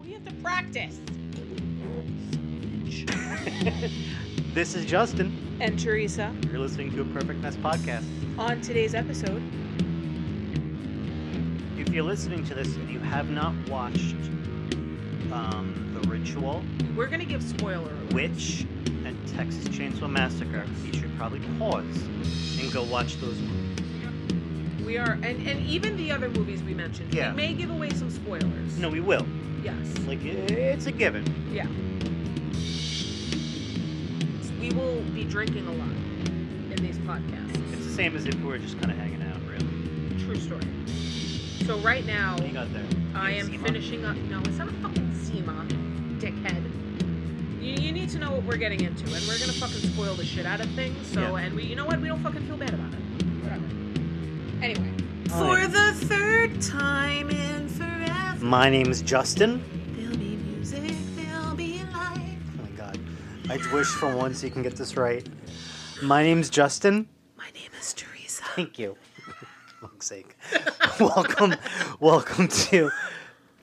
We have to practice. This is Justin. And Teresa, You're listening to a Perfect Mess podcast. on today's episode, If you're listening to this and you have not watched um, The Ritual, we're going to give spoiler alert. Witch, and Texas Chainsaw Massacre, you should probably pause and go watch those movies. We are, and, and even the other movies we mentioned, Yeah. we may give away some spoilers. No, we will. Yes. Like, it's a given. Yeah. We will be drinking a lot in these It's podcasts. the same as if we were just kind of hanging out, really. True story. So right now, What do you got there? I am Eczema? finishing up. No, it's not a fucking SEMA, dickhead. You, you need to know what we're getting into, and we're gonna fucking spoil the shit out of things. So, Yeah. and we, you know what? We don't fucking feel bad about it. Whatever. Anyway. Hi. the third time in forever, My name's Justin. there'll be music, there'll be life. Oh my god. I wish for once you can get this right. My name's Justin. My name is Teresa. Thank you. For fuck's sake. welcome, welcome to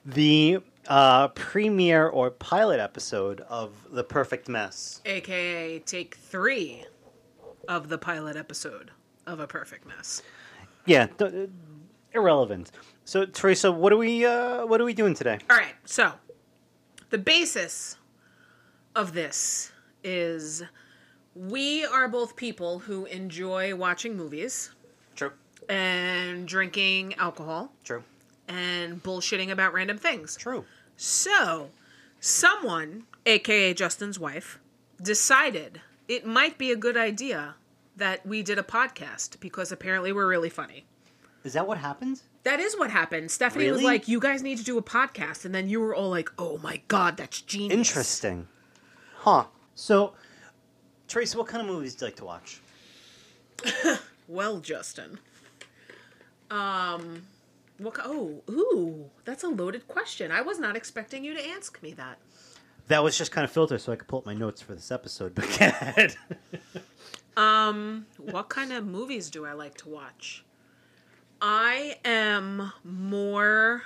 the uh, premiere or pilot episode of The Perfect Mess. aka take three of the pilot episode of a perfect mess Yeah, th- uh, irrelevant. So Teresa, what are we uh, what are we doing today? all right so the basis of this is we are both people who enjoy watching movies True, and drinking alcohol true, and bullshitting about random things true. so someone aka justin's wife decided it might be a good idea that we did a podcast because apparently we're really funny Is that what happens? That is what happened. Stephanie was Really? like, "You guys need to do a podcast," and then you were all like, "Oh my god, that's genius!" Interesting, huh? So, Teresa, what kind of movies do you like to watch? Well, Justin, um, what? ki- Oh, ooh, that's a loaded question. I was not expecting you to ask me that. That was just kind of filtered so I could pull up my notes for this episode. But go ahead. Um, what kind of movies do I like to watch? I am more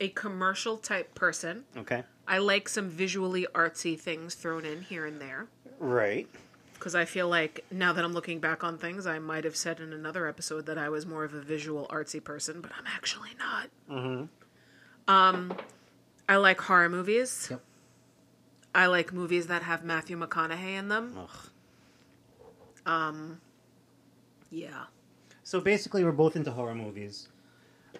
a commercial type person. okay, I like some visually artsy things thrown in here and there. right. because I feel like now that I'm looking back on things, I might have said in another episode that I was more of a visual artsy person, but I'm actually not. Mm-hmm. Um, I like horror movies. Mm-hmm. Yep. I like movies that have Matthew McConaughey in them. Ugh. Yeah. So basically, we're both into horror movies.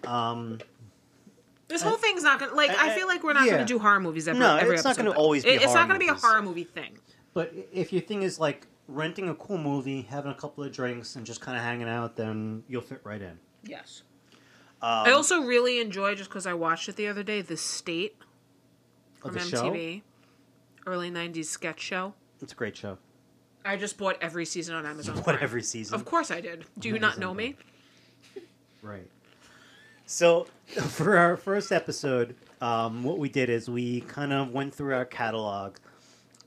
This whole thing's not gonna like. I, I- feel like we're not yeah. gonna do horror movies every. No, every it's not episode, gonna though. always be It- it's horror not gonna be a movies. horror movie thing. But i- if your thing is like renting a cool movie, having a couple of drinks, and just kind of hanging out, then you'll fit right in. Yes. Um, I also really enjoy just because I watched it the other day. The State Of from the show, MTV, early '90s sketch show. it's a great show. I just bought every season on Amazon. What Prime. every season, Of course I did. Do you not know me? right? So for our first episode, um, what we did is we kind of went through our catalog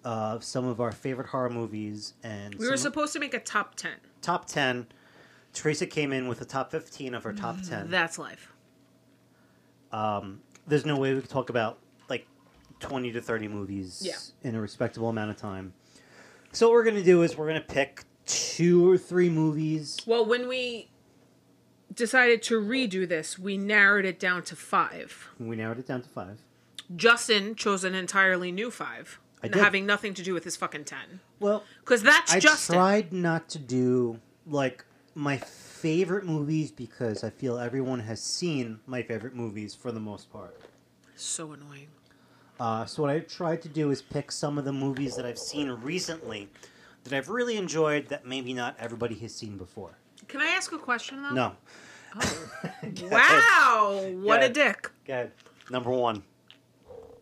of some of our favorite horror movies, and We were some supposed to make a top 10. top ten. Teresa came in with the top fifteen of her top ten. That's life. there's no way we could talk about like 20 to 30 movies Yeah. in a respectable amount of time. So what we're going to do is we're going to pick two or three movies. Well, when we decided to redo this, we narrowed it down to five. We narrowed it down to 5. Justin chose an entirely new five, I did. having nothing to do with his fucking 10. Well, Because that's I Justin. tried not to do like my favorite movies because I feel everyone has seen my favorite movies for the most part. So annoying. Uh, so what I tried to do is pick some of the movies that I've seen recently that I've really enjoyed that maybe not everybody has seen before. Can I ask a question, though? No. Wow! What a Good. dick. Go ahead. Number one.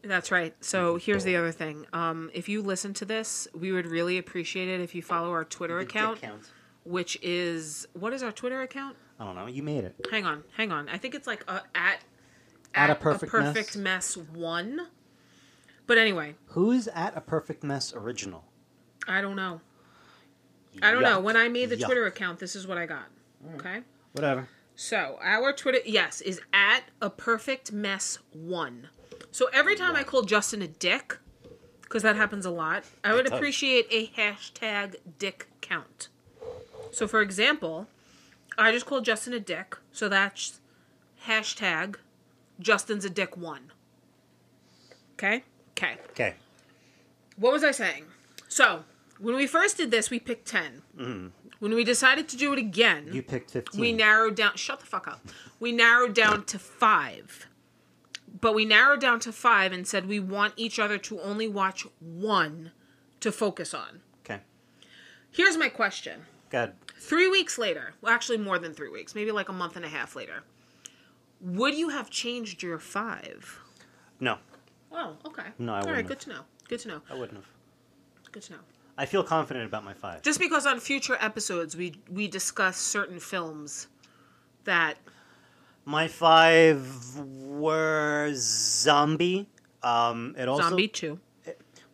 That's right. So here's the other thing. Um, if you listen to this, we would really appreciate it if you follow our Twitter Big dick account, which is what is our Twitter account? I don't know. You made it. Hang on, hang on. I think it's like a, at At a perfect mess. mess. one. But anyway, Who's at a perfect mess original? I don't know. I don't know. When I made the Yuck. Twitter account, this is what I got. Okay. Whatever. So our Twitter, yes, is at a perfect mess one. So every time I call Justin a dick, because that happens a lot, I would does. appreciate a hashtag dick count. So for example, I just called Justin a dick, so that's hashtag Justin's a dick one. Okay? Okay. Okay. What was I saying? So when we first did this, we picked 10. When we decided to do it again, You picked 15. we narrowed down. Shut the fuck up. We narrowed down to five. But we narrowed down to five and said we want each other to only watch one to focus on. Okay. Here's my question. Good. Three weeks later, well, actually more than three weeks, maybe like a month and a half later, would you have changed your five? No, Oh, okay. No, I All right, wouldn't good have. to know. Good to know. I wouldn't have. Good to know. I feel confident about my five. Just because on future episodes we we discuss certain films that My five were zombie. Um, it also Zombie Two,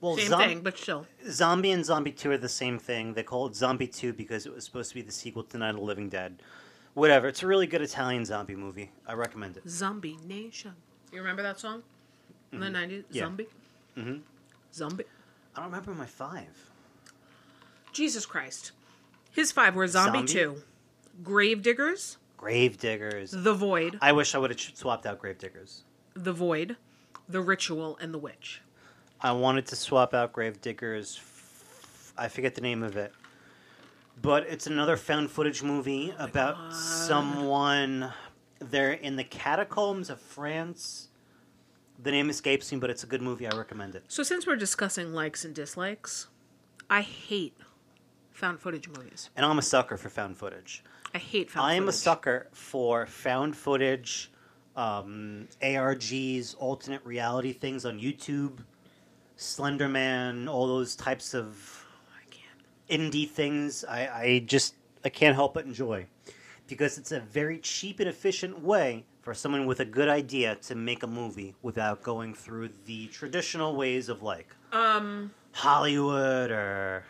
well, same zom- thing, but still. Zombie and Zombie 2 are the same thing. They call it Zombie 2 because it was supposed to be the sequel to Night of the Living Dead. Whatever. It's a really good Italian zombie movie. I recommend it. Zombie Nation. You remember that song? In the nineties? Mm-hmm. Yeah. Zombie? Mhm. Zombie. I don't remember my five. Jesus Christ. His five were Zombie, Zombie? Two, Gravediggers, Gravediggers. The Void, I wish I would have swapped out Gravediggers. The Void, The Ritual, and The Witch. I wanted to swap out Gravediggers. f- I forget the name of it. But it's another found footage movie about someone. They're in the catacombs of France. The name escapes me, but it's a good movie. I recommend it. So since we're discussing likes and dislikes, I hate found footage movies. And I'm a sucker for found footage. I hate found I am a footage. sucker for found footage, um, ARGs, alternate reality things on YouTube, Slenderman, all those types of I can't. indie things. I, I just I can't help but enjoy because it's a very cheap and efficient way for someone with a good idea to make a movie without going through the traditional ways of like Um Hollywood or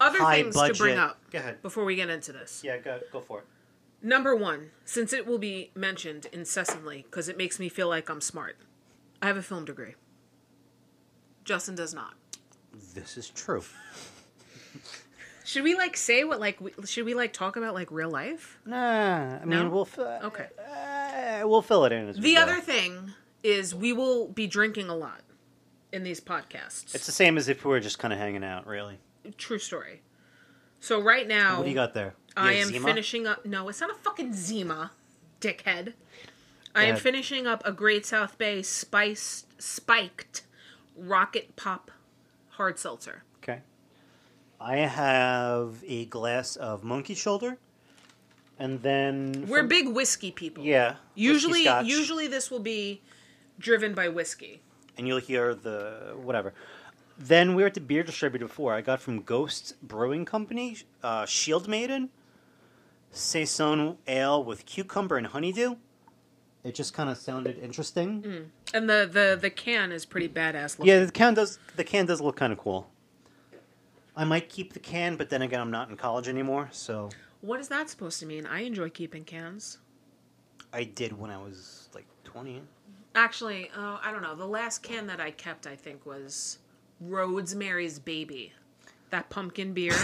other high things budget. to bring up Go ahead. before we get into this. Yeah, go go for it. Number one, since it will be mentioned incessantly because it makes me feel like I'm smart, I have a film degree. Justin does not. This is true. Should we like say what like we, should we like talk about like real life? Nah, I mean No? we'll fi- Okay. uh, we'll fill it in as we The go. other thing is we will be drinking a lot in these podcasts. It's the same as if we were just kind of hanging out, really. True story. So right now What do you got there? You Oh. I got am Zima? finishing up. No, it's not a fucking Zima, dickhead. I am ahead. finishing up a Great South Bay spiced, spiked rocket pop hard seltzer. Okay. I have a glass of monkey shoulder, and then We're from- big whiskey people. yeah. whiskey Usually, scotch, usually this will be driven by whiskey. and you'll hear the whatever. Then we were at the beer distributor before. I got from Ghost Brewing Company, uh, Shield Maiden, saison ale with cucumber and honeydew. It just kind of sounded interesting. Mm. And the the the can is pretty badass looking. Yeah, the can does the can does look kind of cool. I might keep the can, but then again, I'm not in college anymore, so What is that supposed to mean? I enjoy keeping cans. I did when I was like 20. Actually, uh, I don't know. The last can that I kept, I think, was Rosemary's Baby, that pumpkin beer.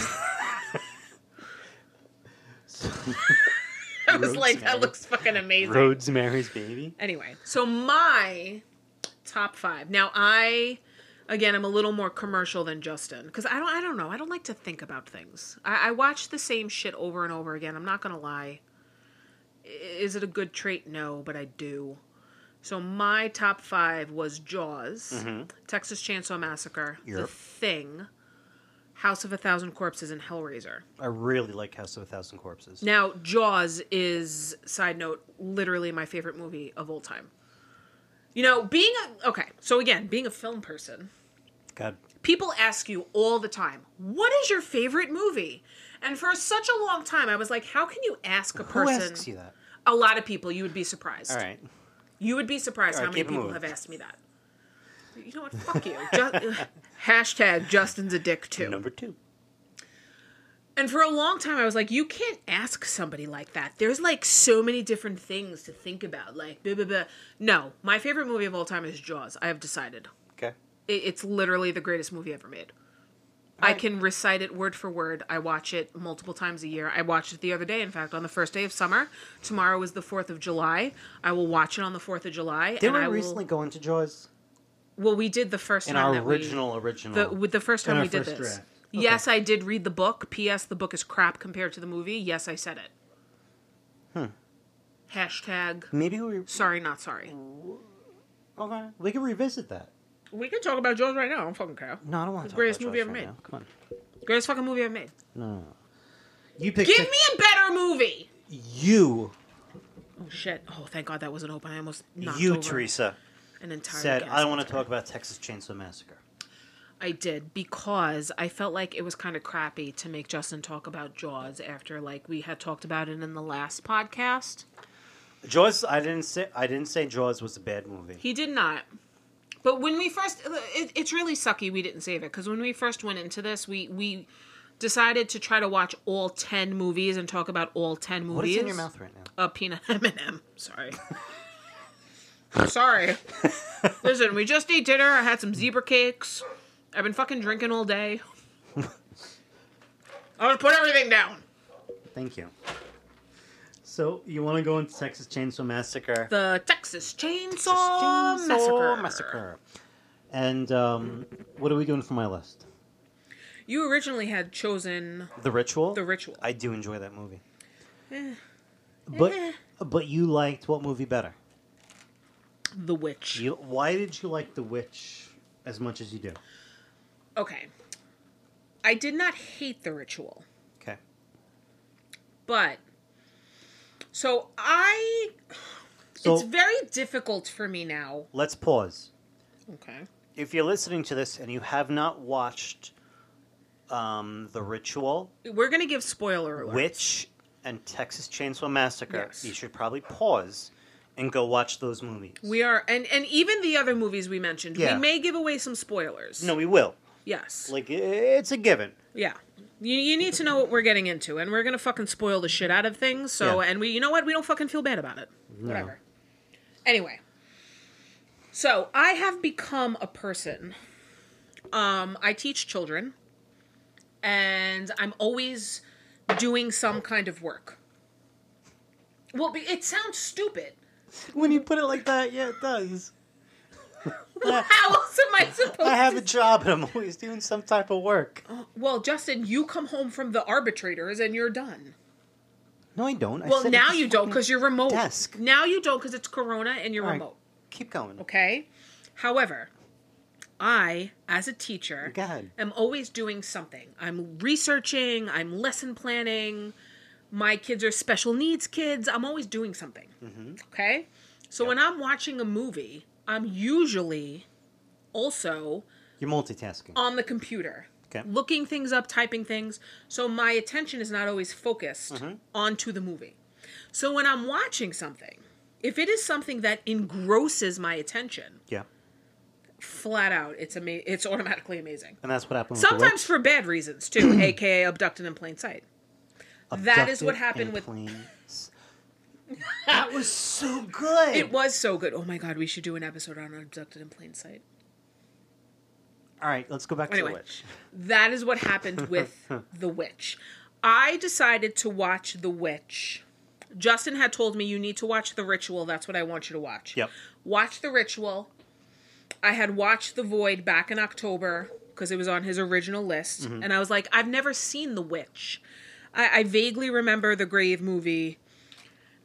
I was like, that Rosemary. looks fucking amazing. Rosemary's Baby. Anyway, so my top five. Now I, again, I'm a little more commercial than Justin because I don't. I don't know. I don't like to think about things. I, I watch the same shit over and over again. I'm not gonna lie. I- Is it a good trait? No, but I do. So my top five was Jaws, Texas Chainsaw Massacre, The Yep. Thing, House of a Thousand Corpses, and Hellraiser. I really like House of a Thousand Corpses. Now, Jaws is, side note, literally my favorite movie of all time. You know, being a, okay, so again, being a film person, God, people ask you all the time, what is your favorite movie? And for such a long time, I was like, how can you ask a person? who asks you that? A lot of people, you would be surprised. All right, You would be surprised All right, how many keep it people moving. have asked me that. You know what? Fuck you. Just, hashtag Justin's a dick too. number two. And for a long time, I was like, you can't ask somebody like that. There's like so many different things to think about. Like, blah, blah, blah. no, my favorite movie of all time is Jaws. I have decided. Okay. It, it's literally the greatest movie ever made. I Alright. can recite it word for word. I watch it multiple times a year. I watched it the other day, in fact, on the first day of summer. Tomorrow is the 4th of July. I will watch it on the 4th of July. Didn't and we I will- recently go into Jaws well, we did the first in time our that we- original original? the with the first In time Oh. our we did first this. draft. Yes, I did read the book. P.S. The book is crap compared to the movie. Yes, I said it. Hmm. Hashtag Maybe we sorry, not sorry. okay. We can revisit that. We can talk about Jaws right now. I don't fucking care. No, I don't want to. the greatest movie ever made. Come on. Greatest fucking movie I've made. No, no, no. You picked. Give me a better movie. You, Oh shit! Oh thank God that wasn't open. I almost knocked you, over Teresa an entire. said I cast. don't want to talk about Texas Chainsaw Massacre. I did because I felt like it was kind of crappy to make Justin talk about Jaws after like we had talked about it in the last podcast. Jaws. I didn't say. I didn't say Jaws was a bad movie. He did not. But when we first, it, it's really sucky we didn't save it because when we first went into this, we we decided to try to watch all ten movies and talk about all ten movies. What is in your mouth right now? A peanut M and M. Sorry. Sorry. Listen, we just ate dinner. I had some zebra cakes. I've been fucking drinking all day. I'm gonna put everything down. Thank you. So you want to go into Texas Chainsaw Massacre? The Texas Chainsaw, Chainsaw Massacre. Massacre. And um, what are we doing for my list? You originally had chosen The Ritual. the Eh. ritual. I do enjoy that movie. but Eh. but you liked what movie better? The Witch. You, why did you like The Witch as much as you do? Okay. I did not hate the ritual, Okay. but so I So it's very difficult for me now. let's pause. Okay. If you're listening to this and you have not watched um, The Ritual, We're going to give spoiler alert. Witch, and Texas Chainsaw Massacre, Yes. you should probably pause and go watch those movies. We are and and even the other movies we mentioned, Yeah. we may give away some spoilers. no, we will. Yes. Like i- it's a given. yeah. You, you need to know what we're getting into, and we're gonna fucking spoil the shit out of things. So, Yeah. and we, you know what? We don't fucking feel bad about it. Whatever. Anyway, so I have become a person. Um, I teach children, and I'm always doing some kind of work. Well, be- it sounds stupid. When you put it like that, yeah, it does. How else am I supposed? I have to a job and I'm always doing some type of work. Well, Justin, you come home from the arbitrators and you're done. No, I don't. I Well, said it now was you don't fucking- because you're remote. desk. Now you don't because it's Corona and you're All right, remote. Keep going. Okay. However, I, as a teacher, Go ahead. am always doing something. I'm researching. I'm lesson planning. My kids are special needs kids. I'm always doing something. Mm-hmm. Okay. So when I'm watching a movie, I'm usually also You're multitasking. on the computer, Okay. looking things up, typing things. So my attention is not always focused onto the movie. So when I'm watching something, if it is something that engrosses my attention, yeah. flat out, it's ama- it's automatically amazing. And that's what happened with Sometimes the for bad reasons too, aka abducted in plain sight. witch. that is what Abducted happened in with- plain s- That was so good. It was so good. Oh my god, we should do an episode on abducted in plain sight. All right, let's go back to Anyway, the witch. that is what happened with The Witch. I decided to watch The Witch. Justin had told me you need to watch The Ritual. That's what I want you to watch. Yep. Watch The Ritual. I had watched The Void back in October because it was on his original list. Mm-hmm. And I was like, I've never seen The Witch. I, I vaguely remember the Grave movie.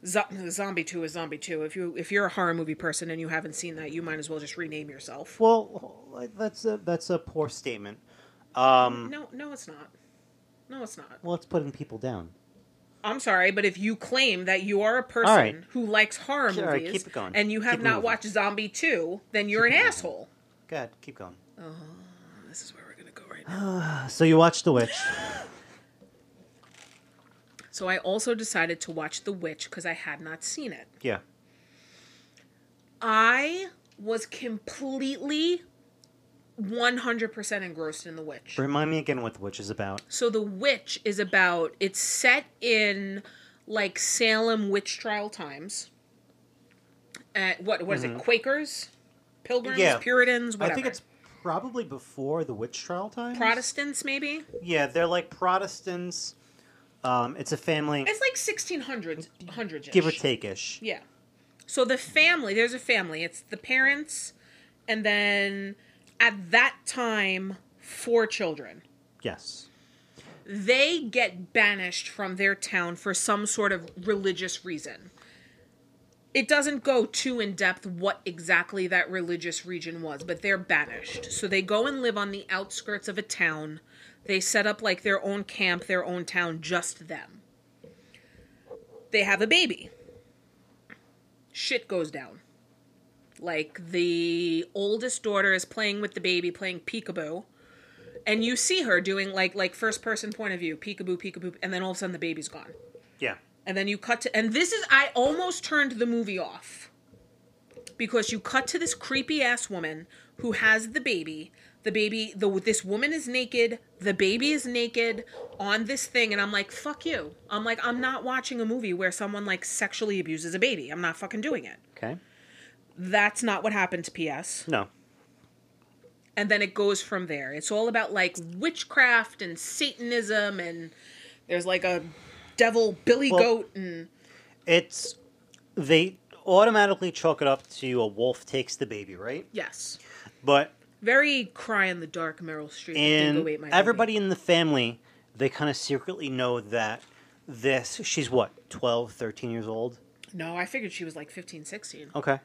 Zo- Zombie 2 is Zombie 2. If you if you're a horror movie person and you haven't seen that, you might as well just rename yourself. Well, that's a that's a poor statement. Hmm. No, no it's not. No, it's not. Well, it's putting people down. I'm sorry, but if you claim that you are a person All right. who likes horror Keep- all right, movies keep it going. and you have Keep not moving. watched Zombie 2, then you're an asshole. Go ahead, keep going. This is where we're going to go right now. Uh, So you watched the witch. So I also decided to watch The Witch because I had not seen it. yeah. I was completely 100% engrossed in The Witch. Remind me again what The Witch is about. So The Witch is about it's set in like Salem witch trial times. At what what is it? Quakers, Pilgrims, Mm-hmm. Yeah. Puritans, whatever. I think it's probably before the witch trial time. Protestants maybe. Yeah, they're like Protestants. Um, it's a family, It's like 1600s, 100s. give or take ish. Yeah. So the family, there's a family. It's the parents, and then at that time, four children. Yes. They get banished from their town for some sort of religious reason. It doesn't go too in depth what exactly that religious region was, but they're banished. So they go and live on the outskirts of a town. They set up like their own camp, their own town, just them. They have a baby shit goes down. Like the oldest daughter is playing with the baby, playing peekaboo, and you see her doing like like first person point of view, peekaboo, peekaboo, and then all of a sudden the baby's gone. Yeah. And then you cut to and this is I almost turned the movie off. Because you cut to this creepy ass woman who has the baby. The baby the this woman is naked, the baby is naked on this thing and I'm like fuck you. I'm like I'm not watching a movie where someone like sexually abuses a baby. I'm not fucking doing it. Okay. That's not what happened to PS. No. And then it goes from there. It's all about like witchcraft and Satanism and there's like a devil billy Well- goat and It's. They automatically chalk it up to a wolf takes the baby, right? yes. But Very cry in the dark, Meryl Streep. and Dingo ate my everybody in the family, they kind of secretly know that this. She's what, 12, 13 years old? baby. No, I figured she was like 15, 16. Okay.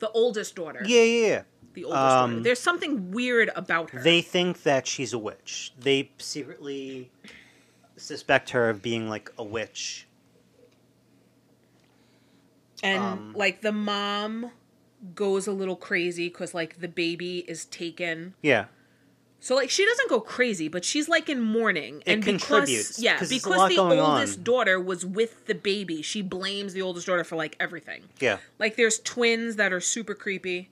The oldest daughter. Yeah, yeah, yeah. The oldest daughter. There's something weird about her. They think that she's a witch. They secretly suspect her of being like a witch. and um, like the mom goes a little crazy because like the baby is taken. Yeah. So like she doesn't go crazy, but she's like in mourning. It and contributes, because yeah, 'cause there's a lot because the going oldest on. daughter was with the baby, she blames the oldest daughter for like everything. Yeah. Like there's twins that are super creepy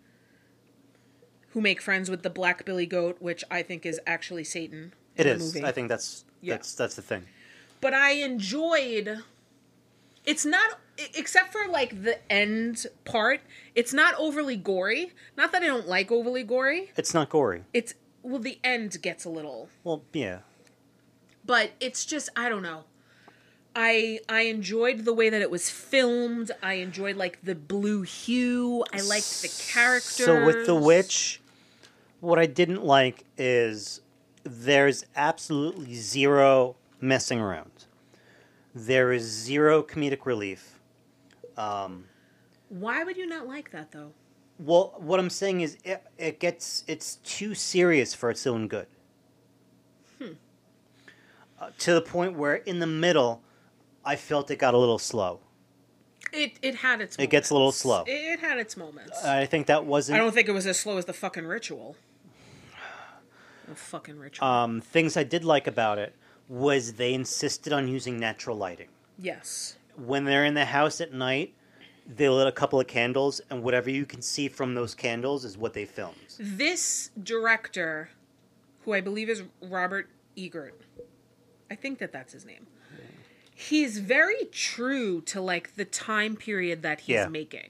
who make friends with the black billy goat, which I think is actually Satan. It in the is. movie. I think that's Yeah. that's that's the thing. But I enjoyed it's not e- except for like the end part, it's not overly gory. Not that I don't like overly gory. It's not gory. It's well the end gets a little Well, yeah. but it's just I don't know. I I enjoyed the way that it was filmed. I enjoyed like the blue hue. I liked the characters. So with the witch, what I didn't like is there's absolutely zero messing around. There is zero comedic relief. Um, why would you not like that though? well, what I'm saying is it, it gets it's too serious for its own good. Hmm. Uh, to the point where in the middle, I felt it got a little slow. It it had its. It gets a little slow. Uh, It, it had its moments. I think that wasn't I don't think it was as slow as the fucking ritual. The fucking ritual. um, things I did like about it was they insisted on using natural lighting. yes. When they're in the house at night, they lit a couple of candles, and whatever you can see from those candles is what they filmed. This director, who I believe is Robert Egert, I think that that's his name. He's very true to like the time period that he's Yeah. making.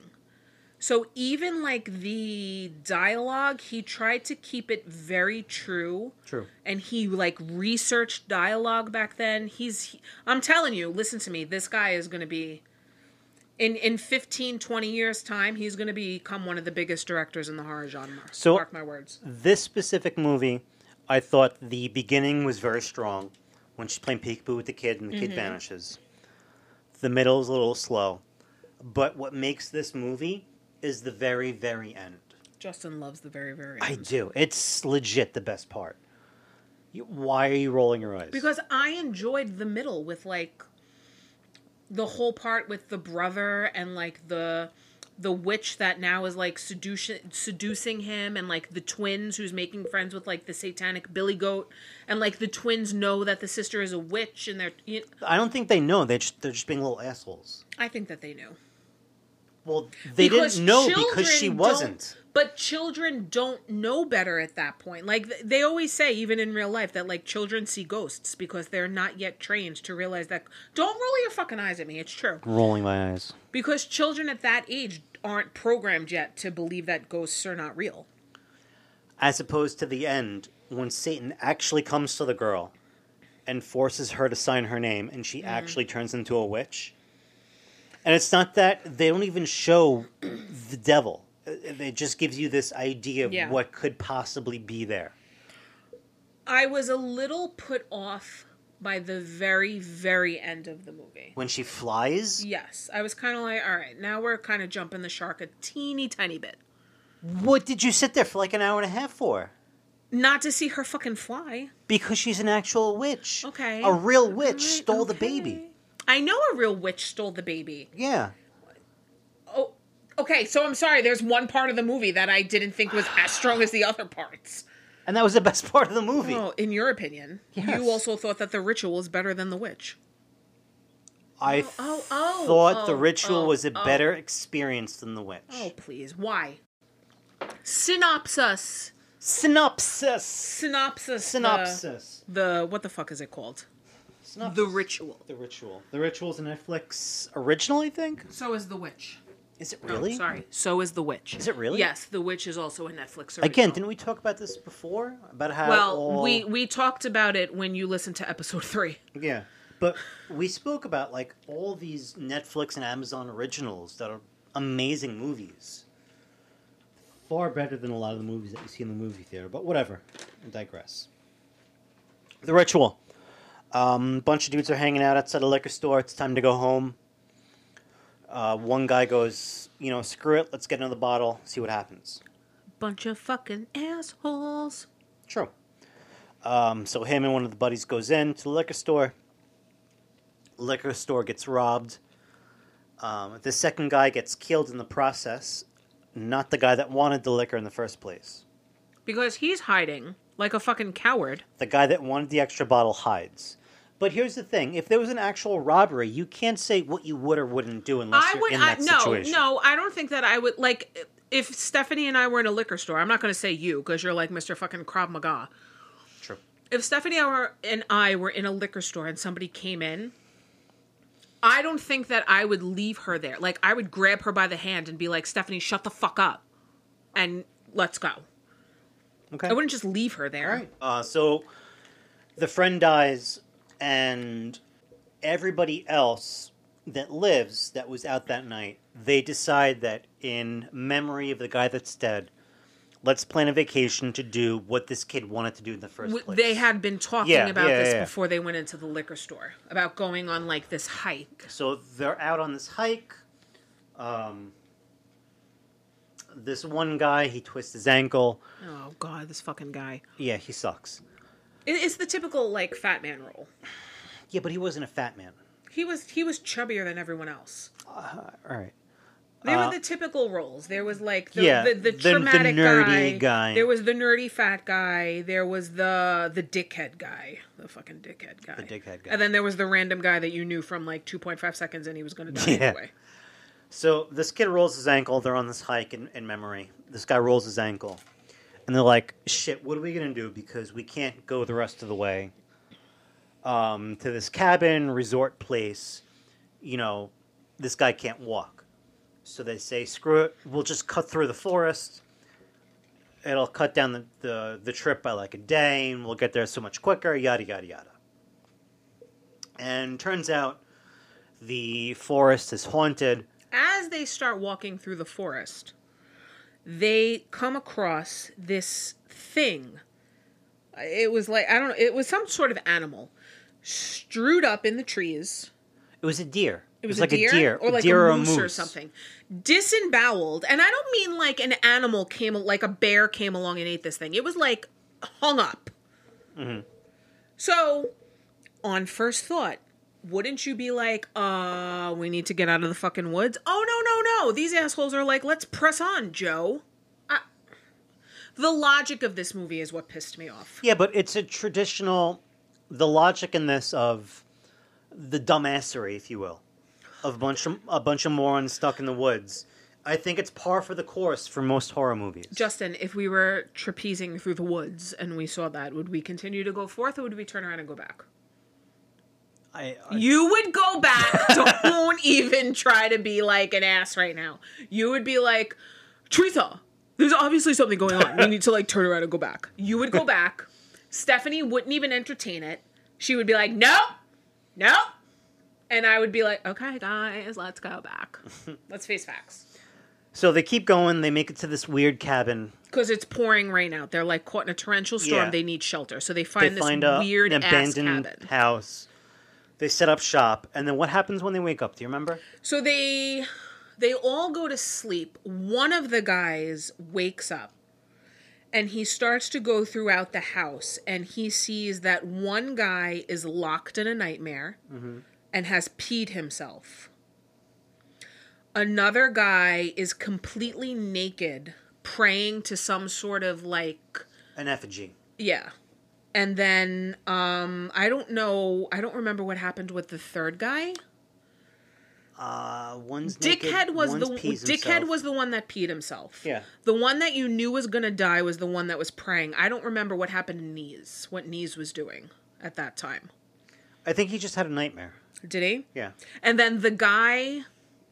So even like the dialogue, he tried to keep it very true. True. And he like researched dialogue back then. He's he- I'm telling you, listen to me. This guy is going to be in in 15 20 years time, he's going to become one of the biggest directors in the horror genre. So- mark my words. This specific movie, I thought the beginning was very strong when she's playing peekaboo with the kid and the kid vanishes. The middle is a little slow, but what makes this movie is the very, very end. Justin loves the very very I end. do. It's legit the best part. You, why are you rolling your eyes? because I enjoyed the middle with like the whole part with the brother and like the the witch that now is like seducing seducing him and like the twins who's making friends with like the satanic billy goat and like the twins know that the sister is a witch and they're you I don't think they know. They just, they're just being little assholes. I think that they knew Well, they Because didn't know because children she don't- wasn't. but children don't know better at that point like th- they always say even in real life that like children see ghosts because they're not yet trained to realize that don't roll your fucking eyes at me it's true Rolling my eyes. because children at that age aren't programmed yet to believe that ghosts are not real As opposed to the end, when Satan actually comes to the girl and forces her to sign her name and Mm-hmm. she actually turns into a witch. And it's not that they don't even show the devil, Uh, it just gives you this idea of Yeah. what could possibly be there. i was a little put off by the very very end of the movie When she flies, yes i was kind of like all right now we're kind of jumping the shark a teeny tiny bit what did you sit there for like an hour and a half for? not to see her fucking fly Because she's an actual witch. Okay. A real witch Right, stole the okay. baby. I know a real witch stole the baby. Yeah. Oh, okay. So I'm sorry. There's one part of the movie that I didn't think was as strong as the other parts. And that was the best part of the movie. Oh, in your opinion, Yes. you also thought that the ritual was better than the witch. I oh, oh, thought oh, the ritual oh, was a oh. better experience than the witch. Oh, please. Why? Synopsis. Synopsis. Synopsis. the- Synopsis. The, what the fuck is it called? Synopsis. The ritual. The ritual. The ritual's a Netflix original, I think. So is the witch. Is it No, really? Oh, sorry. So is the witch. Is it really? Yes, the witch is also a Netflix original. Again, didn't we talk about this before? About how Well, all- we we talked about it when you listened to episode three. Yeah. But we spoke about like all these Netflix and Amazon originals that are amazing movies. Far better than a lot of the movies that you see in the movie theater, but whatever. I digress. The ritual. Um, bunch of dudes are hanging out outside a liquor store. It's time to go home. Uh, one guy goes, you know, screw it. Let's get another bottle. See what happens. Bunch of fucking assholes. True. Um, so him and one of the buddies goes in to the liquor store. Liquor store gets robbed. Um, the second guy gets killed in the process, not the guy that wanted the liquor in the first place. Because he's hiding like a fucking coward. The guy that wanted the extra bottle hides. But here's the thing: if there was an actual robbery, you can't say what you would or wouldn't do unless I you're would in I, that no situation. no. I don't think that I would like if Stephanie and I were in a liquor store. I'm not going to say you because you're like Mr. fucking Krav Maga. True. If Stephanie and I were- and I were in a liquor store and somebody came in. I don't think that I would leave her there. Like I would grab her by the hand and be like, "Stephanie, shut the fuck up, and let's go." Okay. I wouldn't just leave her there. Uh, so the friend dies, and everybody else that lives that was out that night, they decide that in memory of the guy that's dead, let's plan a vacation to do what this kid wanted to do in the first W- place. They had been talking Yeah, about yeah, this yeah. before they went into the liquor store about going on like this hike. So they're out on this hike. Um, this one guy, he twists his ankle. Oh god, this fucking guy. Yeah, he sucks. It- It's the typical like fat man role. Yeah, but he wasn't a fat man. He was he was chubbier than everyone else. All right. They Uh, were the typical roles. There was like the Yeah, the, the, the- the traumatic nerdy guy. guy. There was the nerdy fat guy. There was the the dickhead guy. The fucking dickhead guy. The dickhead guy. And then there was the random guy that you knew from like 2.5 seconds and he was going to die Yeah. anyway. So this kid rolls his ankle. They're on this hike in, in memory. This guy rolls his ankle. And they're like, shit, what are we going to do? Because we can't go the rest of the way um, to this cabin, resort place. You know, this guy can't walk. So they say, screw it. We'll just cut through the forest. It'll cut down the, the, the trip by like a day and we'll get there so much quicker, yada, yada, yada. And turns out the forest is haunted. as they start walking through the forest, they come across this thing. It was like I don't know, it was some sort of animal strewed up in the trees. It was a deer. It was, a, deer, or like a moose, or something. Disemboweled, and I don't mean like an animal came, like a bear came along and ate this thing. It was like hung up. Mm-hmm. So, on first thought, wouldn't you be like, "Uh, we need to get out of the fucking woods"? Oh no, no, no! These assholes are like, "Let's press on, Joe." I, the logic of this movie is what pissed me off. Yeah, but it's a traditional, the logic in this of the dumbassery, if you will, of a bunch of a bunch of morons stuck in the woods, I think it's par for the course for most horror movies. Justin, if we were trapezing through the woods and we saw that, would we continue to go forth or would we turn around and go back? I, I- You would go back. Don't even try to be like an ass right now. You would be like, Teresa, there's obviously something going on. We need to like turn around and go back. You would go back. Stephanie wouldn't even entertain it. She would be like, no, no. And I would be like, okay, guys, let's go back. Let's face facts. so they keep going. They make it to this weird cabin. Because it's pouring rain out. They're like caught in a torrential storm. Yeah. They need shelter. So they They find this find a, weird an ass abandoned cabin. house. They set up shop, and then what happens when they wake up? Do you remember? So they they all go to sleep. One of the guys wakes up and he starts to go throughout the house and he sees that one guy is locked in a nightmare and has peed himself. Another guy is completely naked praying to some sort of like An effigy. yeah. And then um I don't know, I don't remember what happened with the third guy. Uh, one's Dickhead naked, was one's the pees Dickhead himself. was the one that peed himself. Yeah. The one that you knew was gonna die was the one that was praying. I don't remember what happened to Knees, what Knees was doing at that time. I think he just had a nightmare. Did he? Yeah. And then the guy,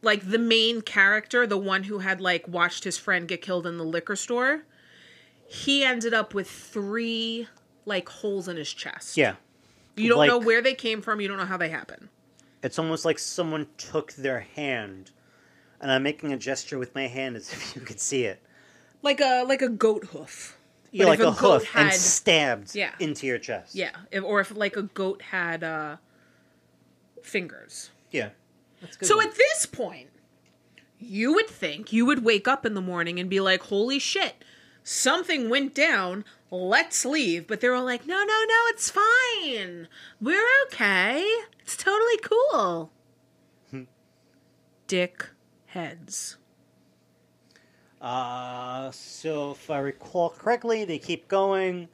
like the main character, the one who had like watched his friend get killed in the liquor store, he ended up with three like holes in his chest. Yeah. You don't like- know where they came from, you don't know how they happen. It's almost like someone took their hand, and I'm making a gesture with my hand as if you could see it. Like a like a goat hoof. Yeah, But like if a, a goat hoof and had- stabbed Yeah. into your chest. Yeah, if, or if like a goat had uh, fingers. Yeah. That's a good. So one. at this point, you would think you would wake up in the morning and be like, "Holy shit, something went down. Let's leave." But they're all like, "No, no, no, it's fine. We're okay. It's totally cool." Hmm. Dick heads. Uh, so if I recall correctly, they keep going.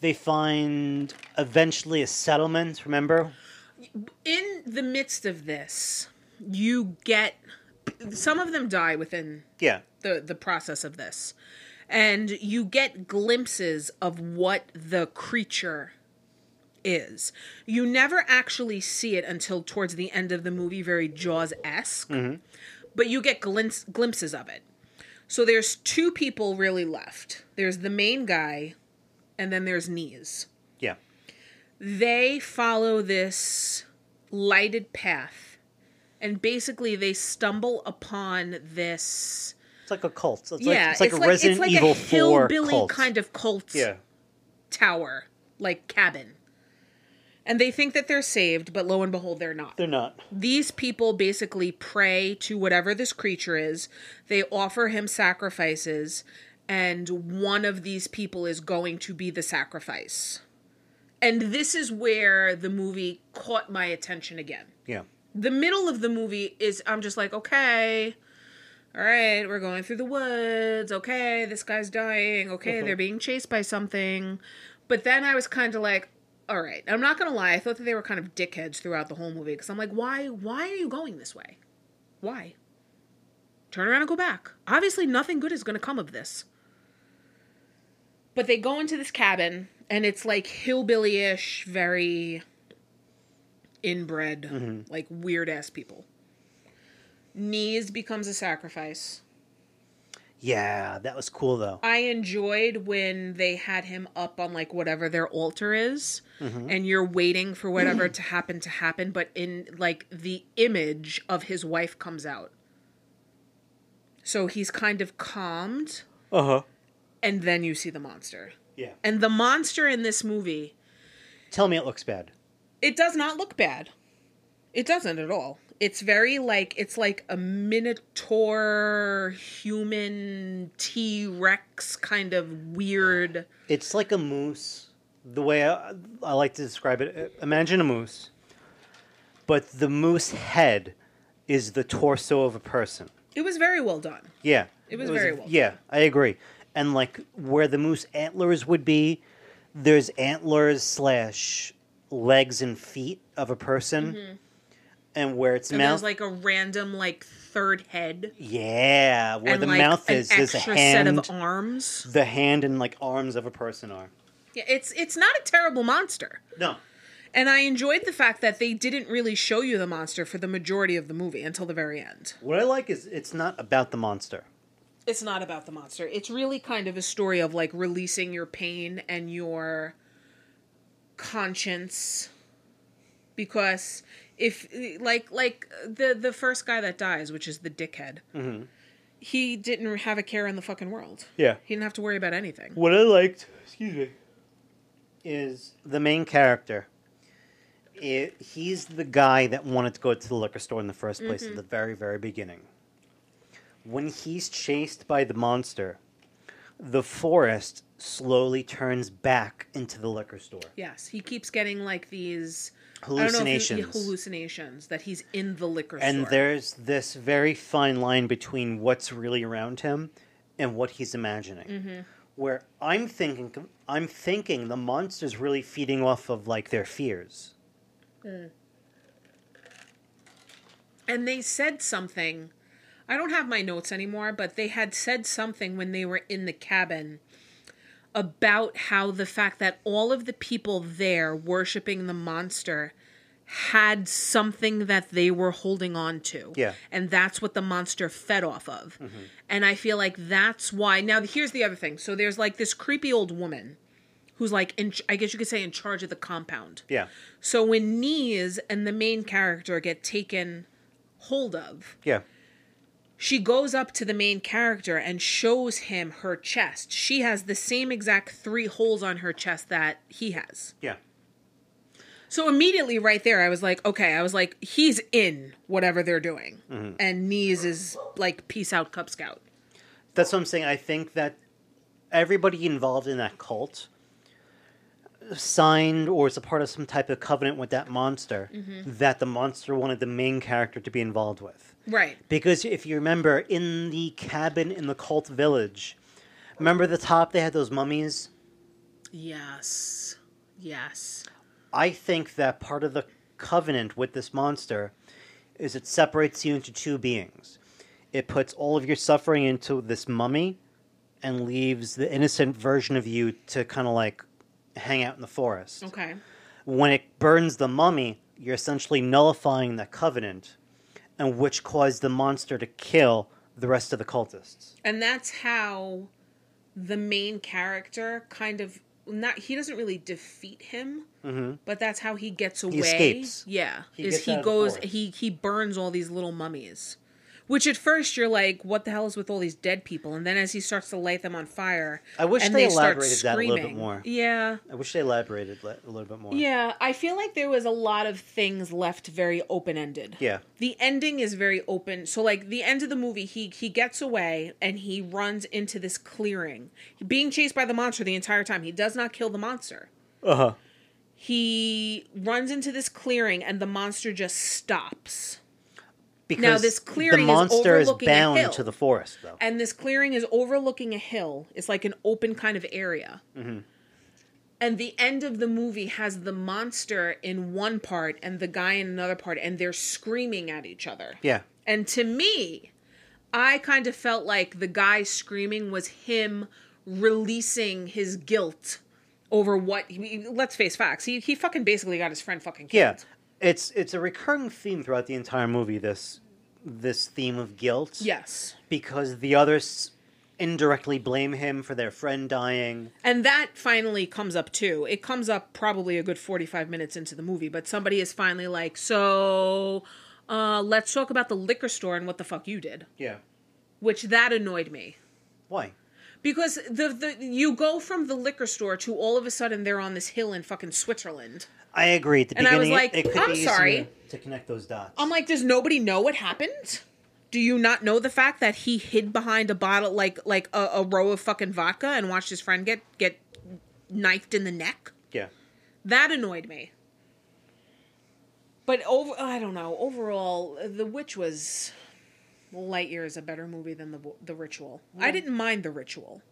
They find eventually a settlement. Remember? in the midst of this, you get some of them die within Yeah. the the process of this. And you get glimpses of what the creature is. You never actually see it until towards the end of the movie, very Jaws esque, but you get glimps- glimpses of it. So there's two people really left there's the main guy, and then there's Knees Yeah. they follow this lighted path and basically they stumble upon this It's like a cult. It's yeah like, it's like a Resident Evil Four hillbilly cult. kind of cult yeah. tower like cabin and they think that they're saved but lo and behold they're not They're not. these people basically pray to whatever this creature is. They offer him sacrifices, and one of these people is going to be the sacrifice. And this is where the movie caught my attention again. Yeah. The middle of the movie is, I'm just like, okay, all right, we're going through the woods. Okay, this guy's dying. Okay, they're being chased by something. But then I was kind of like, all right. I'm not gonna lie. I thought that they were kind of dickheads throughout the whole movie because I'm like, why? Why are you going this way? Why? Turn around and go back. Obviously, nothing good is gonna come of this. But they go into this cabin and it's like hillbilly-ish, very inbred, like weird ass people. Knees becomes a sacrifice. Yeah. That was cool though. I enjoyed when they had him up on like whatever their altar is and you're waiting for whatever to happen to happen but in like the image of his wife comes out. So he's kind of calmed Uh huh. and then you see the monster. Yeah. And the monster in this movie, Tell me it looks bad. it does not look bad. It doesn't at all. It's very like it's like a minotaur human T-Rex kind of weird It's like a moose. The way I, I like to describe it, uh, imagine a moose, but the moose head is the torso of a person. It was very well done. Yeah, It was very well Yeah, I agree. And like where the moose antlers would be, there's antlers slash legs and feet of a person, and where its And mouth. Mm-hmm. there's like a random like third head. yeah, where and the like mouth an is. There's a extra hand. set of arms. the hand and like arms of a person are. Yeah, it's it's not a terrible monster. No. And I enjoyed the fact that they didn't really show you the monster for the majority of the movie until the very end. What I like is it's not about the monster. It's not about the monster. It's really kind of a story of like releasing your pain and your conscience because if like like the the first guy that dies, which is the dickhead. Mm-hmm. He didn't have a care in the fucking world. Yeah. He didn't have to worry about anything. What I liked, excuse me, is the main character. It, he's the guy that wanted to go to the liquor store in the first place Mm-hmm. at the very, very beginning. When he's chased by the monster, the forest slowly turns back into the liquor store. Yes, he keeps getting like these I don't know if Hallucinations. you- hallucinations that he's in the liquor and store. there's this very fine line between what's really around him and what he's imagining where i'm thinking i'm thinking the monster's really feeding off of like their fears and they said something. I don't have my notes anymore, but they had said something when they were in the cabin about how the fact that all of the people there worshiping the monster had something that they were holding on to. Yeah. And that's what the monster fed off of. And I feel like that's why. Now, here's the other thing. So there's like this creepy old woman who's like, in, I guess you could say, in charge of the compound. yeah So when Knees and the main character get taken hold of, yeah she goes up to the main character and shows him her chest. She has the same exact three holes on her chest that he has. yeah So immediately right there, I was like, okay, I was like, he's in whatever they're doing. And Knees is like, peace out, Cub Scout. that's what i'm saying i think that everybody involved in that cult signed or is a part of some type of covenant with that monster that the monster wanted the main character to be involved with Right. Because if you remember, in the cabin in the cult village, remember the top they had those mummies? Yes. Yes. I think that part of the covenant with this monster is it separates you into two beings. It puts all of your suffering into this mummy and leaves the innocent version of you to kind of like hang out in the forest. Okay. When it burns the mummy, you're essentially nullifying that covenant, and which caused the monster to kill the rest of the cultists. and that's how the main character kind of not he doesn't really defeat him but that's how he gets away Mm-hmm. escapes. yeah He is gets out he of the goes forest. he he burns all these little mummies which at first you're like what the hell is with all these dead people and then as he starts to light them on fire I wish and they start elaborated that a little bit screaming. more. yeah I wish they elaborated le- a little bit more. yeah i feel like there was a lot of things left very open-ended Yeah. the ending is very open so like the end of the movie he he gets away and he runs into this clearing being chased by the monster the entire time he does not kill the monster Uh huh. he runs into this clearing and the monster just stops Because this clearing is the monster is, overlooking a bound hill. to the forest, though. and this clearing is overlooking a hill it's like an open kind of area and the end of the movie has the monster in one part and the guy in another part and they're screaming at each other yeah. And to me, I kind of felt like the guy screaming was him releasing his guilt over what he, let's face facts. He he fucking basically got his friend fucking Yeah. killed. It's it's a recurring theme throughout the entire movie. This this theme of guilt. Yes. Because the others indirectly blame him for their friend dying. And that finally comes up too. It comes up probably a good 45 minutes into the movie, but somebody is finally like, "So, uh, let's talk about the liquor store and what the fuck you did." Yeah. Which that annoyed me. Why? Because the, the you go from the liquor store to all of a sudden they're on this hill in fucking Switzerland. I agree. At the And I was beginning, like, it could I'm be easier sorry. to connect those dots. I'm like, does nobody know what happened? Do you not know the fact that he hid behind a bottle, like like a, a row of fucking vodka, and watched his friend get get knifed in the neck? yeah. That annoyed me. But over, I don't know. Overall, The Witch was Lightyear is a better movie than the the Ritual. I didn't mind the Ritual,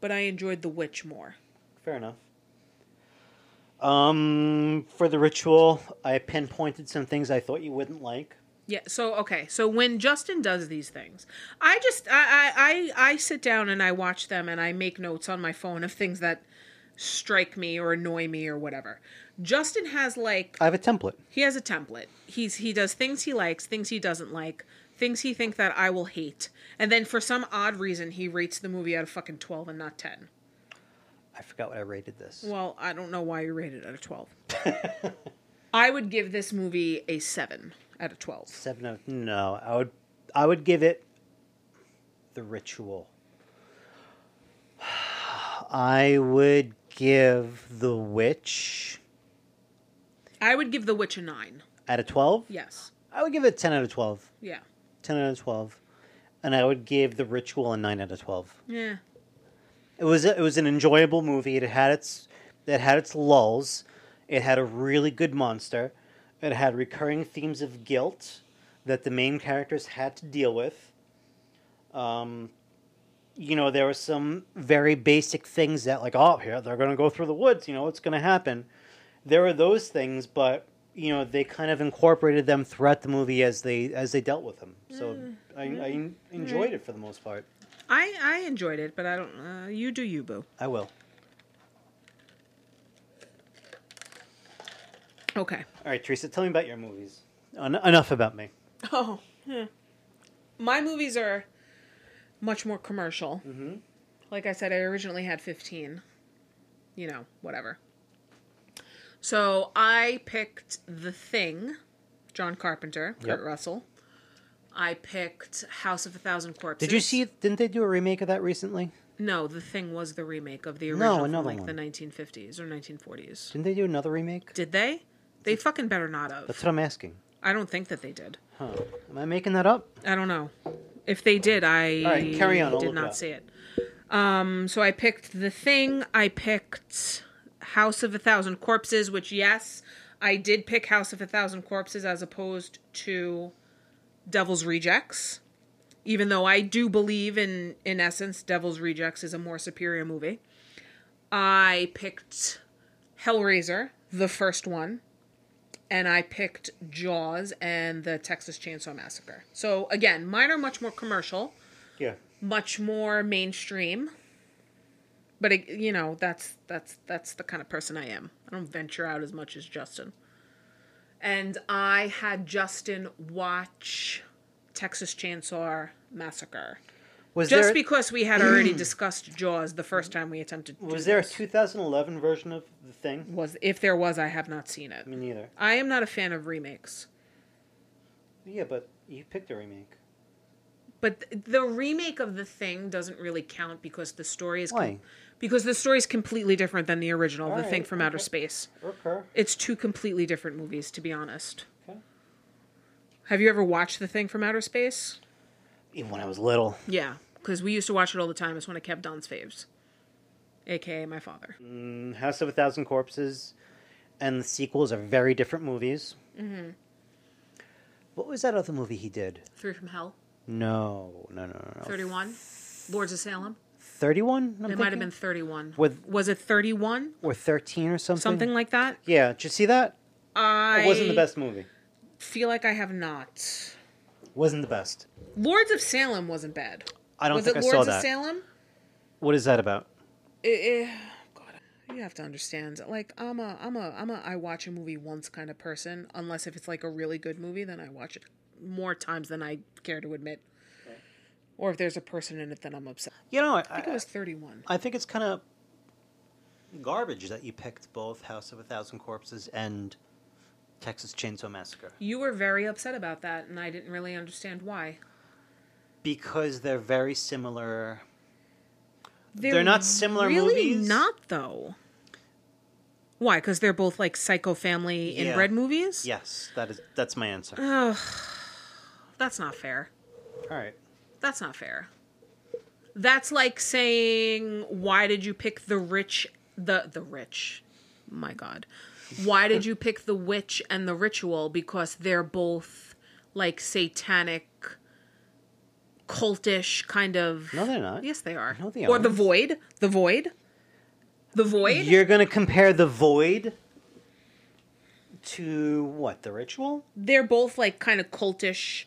but I enjoyed The Witch more. Fair enough. Um, for the ritual, I pinpointed some things I thought you wouldn't like. Yeah. So okay. So when Justin does these things, I just I I I, I sit down and I watch them and I make notes on my phone of things that strike me or annoy me or whatever. Justin has like I have a template. he has a template. He's he does things he likes, things he doesn't like, things he think that I will hate, and then for some odd reason he rates the movie out of fucking twelve and not ten. I forgot what I rated this. Well, I don't know why you rated it at a twelve. I would give this movie a seven out of twelve. Seven out. No, I would. I would give it the ritual. I would give the witch I would give The Witch a nine. out of twelve. Yes. I would give it ten out of twelve. Yeah. Ten out of twelve, and I would give the ritual a nine out of twelve. Yeah. It was it was an enjoyable movie. It had its it had its lulls. It had a really good monster. It had recurring themes of guilt that the main characters had to deal with. Um, you know, there were some very basic things that, like, oh, here they're going to go through the woods. You know, it's going to happen. There were those things, but you know, they kind of incorporated them throughout the movie as they as they dealt with them. So I, I enjoyed it for the most part. I I enjoyed it, but I don't. Uh, you do you, boo. I will. Okay. All right, Teresa, tell me about your movies. En- enough about me. Oh, yeah. My movies are much more commercial. Mm-hmm. Like I said, I originally had 15. You know, whatever. So I picked The Thing, John Carpenter, Yep. Kurt Russell. I picked House of a Thousand Corpses. Did you see? Didn't they do a remake of that recently? No, The Thing was the remake of the original from another like the one. 1950s or 1940s. Didn't they do another remake? Did they? They fucking better not That's have. what I'm asking. I don't think that they did. Huh? Am I making that up? I don't know. If they did, I All right, carry on. I'll did look it not up. see it. Um, so I picked The Thing. I picked House of a Thousand Corpses, which, yes, I did pick House of a Thousand Corpses as opposed to Devil's Rejects, even though I do believe in, in essence, Devil's Rejects is a more superior movie. I picked Hellraiser, the first one, and I picked Jaws and the Texas Chainsaw Massacre. So again, mine are much more commercial, Yeah. much more mainstream. But it, you know, that's that's that's the kind of person I am. I don't venture out as much as Justin. And I had Justin watch Texas Chainsaw Massacre. Was Just there because we had already discussed Jaws the first time we attempted to was there a 2011 version of the thing? was if there was I have not seen it. Me neither. I am not a fan of remakes. Yeah, but you picked a remake. But th- the remake of the thing doesn't really count because the story is com- Why? because the story is completely different than the original, the thing Alright, from outer okay. space. Recur. It's two completely different movies, to be honest. Okay. Have you ever watched the thing from outer space? Even when I was little. Yeah, because we used to watch it all the time. It's one of Kev Don's faves, aka my father. Mm, House of a Thousand Corpses, and the sequels are very different movies. Mm-hmm. What was that other movie he did? Three from Hell, No, no, no, no. no. thirty one, Lords of Salem. 31? I'm It might have thinking? been thirty one. With- Was it thirty one? or 13 or something. Something like that. Yeah, did you see that? I It wasn't the best movie. Feel like I have not. Wasn't the best. Lords of Salem wasn't bad. I don't was think it I Lords saw of that. Salem? What is that about? It, it, God, you have to understand. Like I'm a I'm a I'm a I watch a movie once kind of person. Unless if it's like a really good movie, then I watch it more times than I care to admit. Or if there's a person in it, then I'm upset. You know, I, I, I think it was 31. I think it's kind of garbage that you picked both House of a Thousand Corpses and Texas Chainsaw Massacre You were very upset about that, and I didn't really understand why. because they're very similar. They're, not similar really movies? Not though. Why? Because they're both like psycho family Yeah. inbred movies. Yes, that is that's my answer. Ugh, that's not fair. All right. That's not fair. That's like saying, why did you pick the rich, the the rich? My God, why did you pick the witch and the ritual? Because they're both like satanic, cultish kind of. No, they're not. Yes, they are. No, they or the aren't. void, the void, the void. You're gonna compare the Void to what? The Ritual? They're both like kind of cultish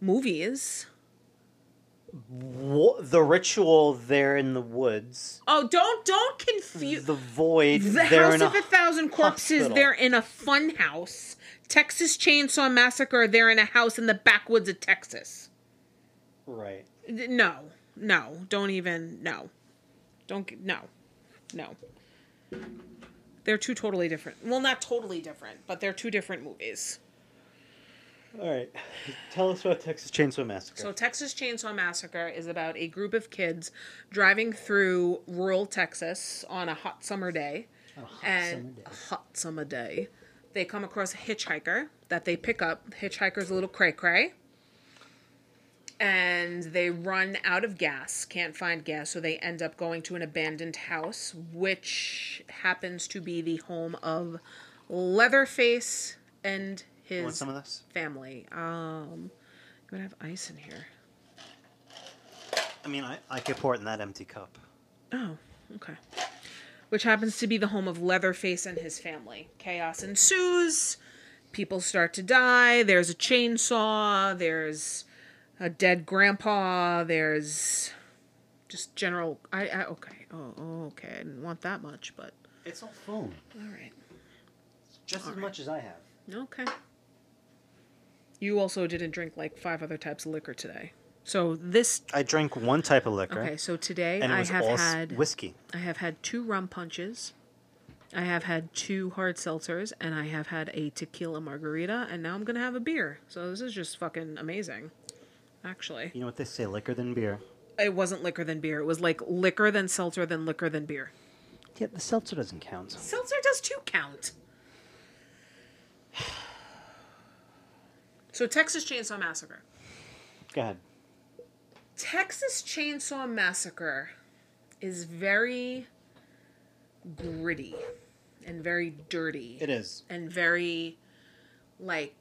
movies. Wha the Ritual. They're in the woods. Oh, don't don't confuse the Void. The they're House in a of a Thousand Corpses, hospital. they're in a fun house. Texas Chainsaw Massacre, they're in a house in the backwoods of Texas. Right. Th- No, no, don't even, no. Don't, g- no, no. They're two totally different. Well, not totally different, but they're two different movies. All right. Tell us about Texas Chainsaw Massacre. So, Texas Chainsaw Massacre is about a group of kids driving through rural Texas on a hot summer day. and summer day. a hot summer day. They come across a hitchhiker that they pick up. The hitchhiker's a little cray cray. And they run out of gas, can't find gas, so they end up going to an abandoned house, which happens to be the home of Leatherface and You want his some of this? family. Um, I'm gonna have ice in here. I mean, I, I could pour it in that empty cup. Oh, okay. Which happens to be the home of Leatherface and his family. Chaos ensues. People start to die. There's a chainsaw. There's a dead grandpa. There's just general. I, I okay. Oh, oh, okay. I didn't want that much, but It's all foam, all right. just as much as I have. Okay. You also didn't drink like five other types of liquor today. So this I drank one type of liquor, okay. So today and it I was have all s- had whiskey. I have had two rum punches. I have had two hard seltzers and I have had a tequila margarita and now I'm going to have a beer. So this is just fucking amazing. Actually, You know what they say, liquor than beer. it wasn't liquor than beer. It was like liquor than seltzer than liquor than beer. Yeah, the seltzer doesn't count. Seltzer does too count. So Texas Chainsaw Massacre. Go ahead. Texas Chainsaw Massacre is very gritty and very dirty. It is. and very like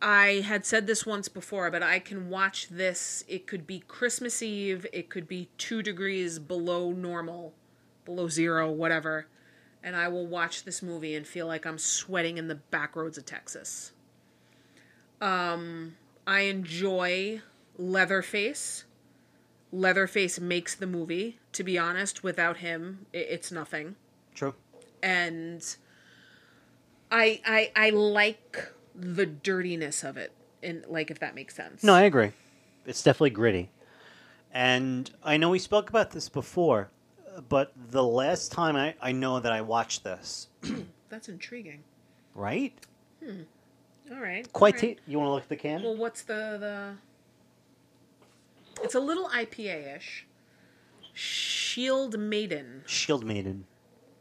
I had said this once before, but I can watch this. It could be Christmas Eve, it could be 2 degrees below normal, below 0, whatever, and I will watch this movie and feel like I'm sweating in the back roads of Texas. Um I enjoy Leatherface. Leatherface makes the movie. To be honest, without him, i it's nothing True. and I I I like the dirtiness of it, and like if that makes sense. No, I agree. It's definitely gritty. And I know we spoke about this before, uh, but the last time I, I know that I watched this, that's intriguing. right? All right, Quite. all right. ta- you want to look at the can? well, what's the the? It's a little IPA ish. Shield Maiden. Shield Maiden.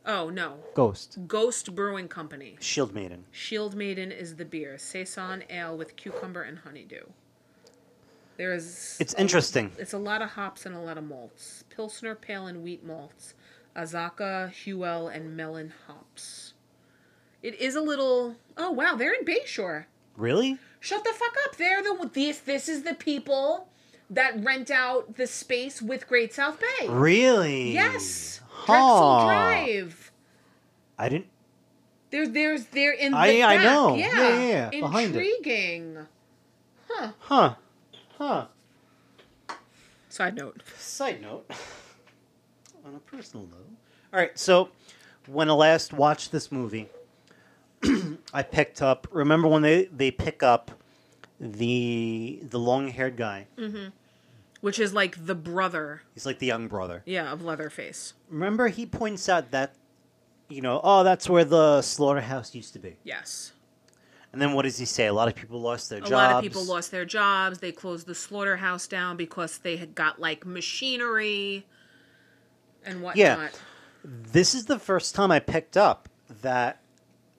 Oh no, Ghost. Ghost Brewing Company. Shield Maiden. Shield Maiden is the beer. Saison ale with cucumber and honeydew. There is It's interesting. It's a lot of hops and a lot of malts. Pilsner, pale, and wheat malts. Azaka, Huel, and melon hops. It is a little. Oh wow, they're in Bayshore. Really? Shut the fuck up. They're the this this is the people that rent out the space with Great South Bay. Really? Yes, Drexel Huh. Drive. I didn't. There, there's they're in the I- I back. know. Yeah, Yeah, yeah, yeah. Behind it. Intriguing. Huh. Huh. Huh. Side note. Side note. On a personal note. All right. So, when I last watched this movie, I picked up. Remember when they they pick up the the long haired guy? Mm. Which is like the brother, He's like the young brother. yeah, of Leatherface. Remember he points out that. You know, oh, that's where the slaughterhouse used to be. Yes. And then what does he say? A lot of people lost their a jobs. lot of people lost their jobs. They closed the slaughterhouse down because they had got like machinery and whatnot. this is the first time I picked up that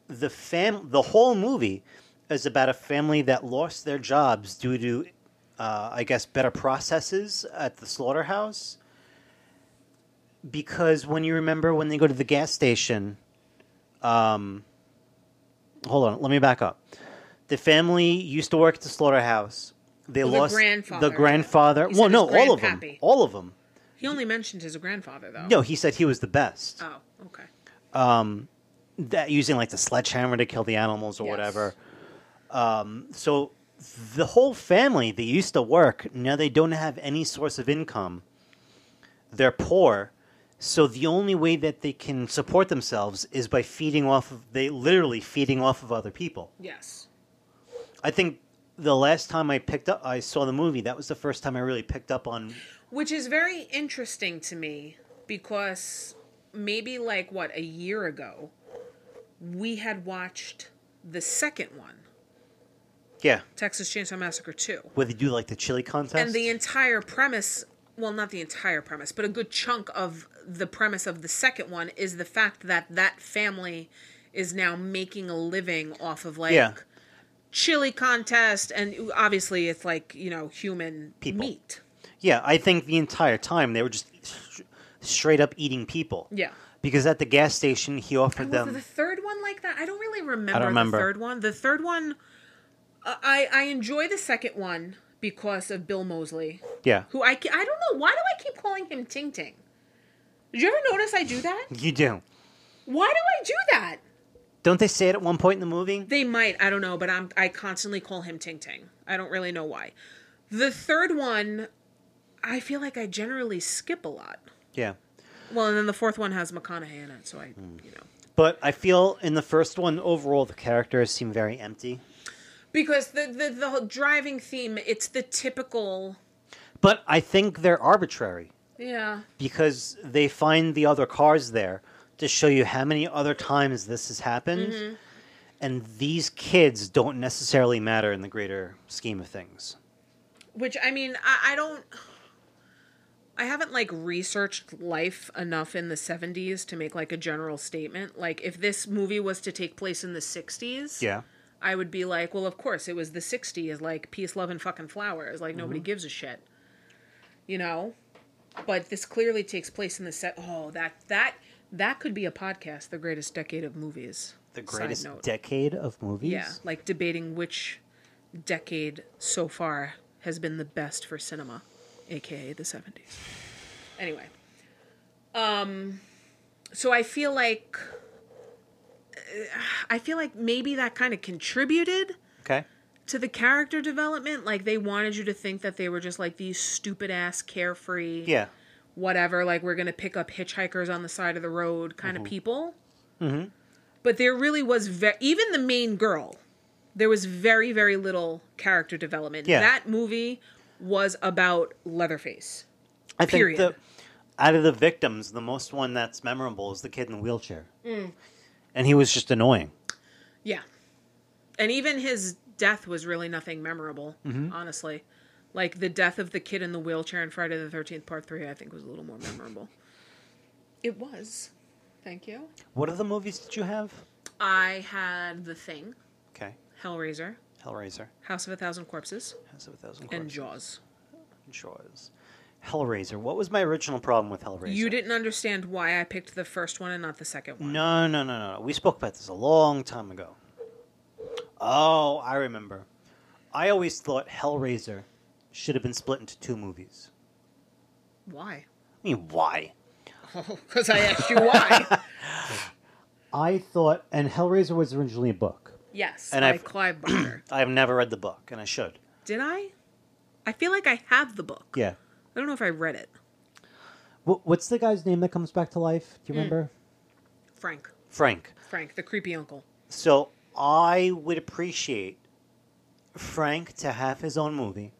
the fam the whole movie is about a family that lost their jobs due to uh, I guess better processes at the slaughterhouse because when you remember when they go to the gas station um hold on let me back up the family used to work at the slaughterhouse they Well, the lost grandfather. the grandfather He well said no his all of them grandpappy. all of them He only mentioned his grandfather though. no he said he was the best Oh, okay. um, that using like the sledgehammer to kill the animals or Yes. whatever. Um, so the whole family that used to work now they don't have any source of income. They're poor, so the only way that they can support themselves is by feeding off of they literally feeding off of other people. Yes. I think the last time I picked up I saw the movie, that was the first time I really picked up on Which is very interesting to me because maybe like what a year ago we had watched the second one, yeah, Texas Chainsaw Massacre 2. where they do like the chili contest. And the entire premise, well not the entire premise, but a good chunk of the premise of the second one is the fact that that family is now making a living off of like Yeah. chili contest and obviously it's like, you know, human People. meat. Yeah, I think the entire time they were just s- straight up eating people. Yeah. Because at the gas station, he offered Was the them. third one like that? I don't really remember, remember. the third one. The third one, uh, I I enjoy the second one because of Bill Mosley, Yeah. who I ke- I don't know why do I keep calling him Ting Ting. Did you ever notice I do that? You do. Why do I do that? Don't they say it at one point in the movie? They might I don't know, but I'm I constantly call him Ting Ting. I don't really know why. The third one, I feel like I generally skip a lot. Yeah. Well, and then the fourth one has McConaughey in it, so I you know. But I feel in the first one, overall, the characters seem very empty. Because the, the the whole driving theme, it's the typical But I think they're arbitrary Yeah. because they find the other cars there to show you how many other times this has happened. Mm-hmm. And these kids don't necessarily matter in the greater scheme of things. Which I mean, I, I don't I haven't like researched life enough in the seventies to make like a general statement. Like if this movie was to take place in the sixties, Yeah. I would be like, Well of course it was the sixties, like peace, love and fucking flowers. Like Mm-hmm. nobody gives a shit. You know? But this clearly takes place in the set oh that that that could be a podcast, the greatest decade of movies. The Side greatest note. decade of movies? Yeah, like debating which decade so far has been the best for cinema, aka the 70s. Anyway. Um so I feel like I feel like maybe that kind of contributed Okay. to the character development. Like they wanted you to think that they were just like these stupid ass carefree Yeah. whatever, like we're gonna pick up hitchhikers on the side of the road kind of people. Mm-hmm. But there really was ve- even the main girl. There was very very little character development. Yeah. That movie was about Leatherface. I Period. think the out of the victims, the most one that's memorable is the kid in the wheelchair, Mm. and he was just annoying. Yeah, and even his death was really nothing memorable, Mm-hmm. honestly. Like the death of the kid in the wheelchair in Friday the Thirteenth Part Three, I think was a little more memorable. It was. Thank you. What other movies did you have? I had The Thing, Okay, Hellraiser, Hellraiser, House of a Thousand Corpses. House of a Thousand and Corpses, Jaws. Jaws, Hellraiser. What was my original problem with Hellraiser? You didn't understand why I picked the first one and not the second one. No, no, no, no, no. We spoke about this a long time ago. Oh, I remember. I always thought Hellraiser should have been split into two movies. Why? I mean, why? Because Oh, I asked you why. I thought, and Hellraiser was originally a book. yes, And by I've- Clive Barker. I've never read the book, and I should. Did I? I feel like I have the book. Yeah. I don't know if I read it. Wh- What's the guy's name that comes back to life? Do you remember? Frank. Hmm. Frank. Frank, the creepy uncle. So I would appreciate Frank to have his own movie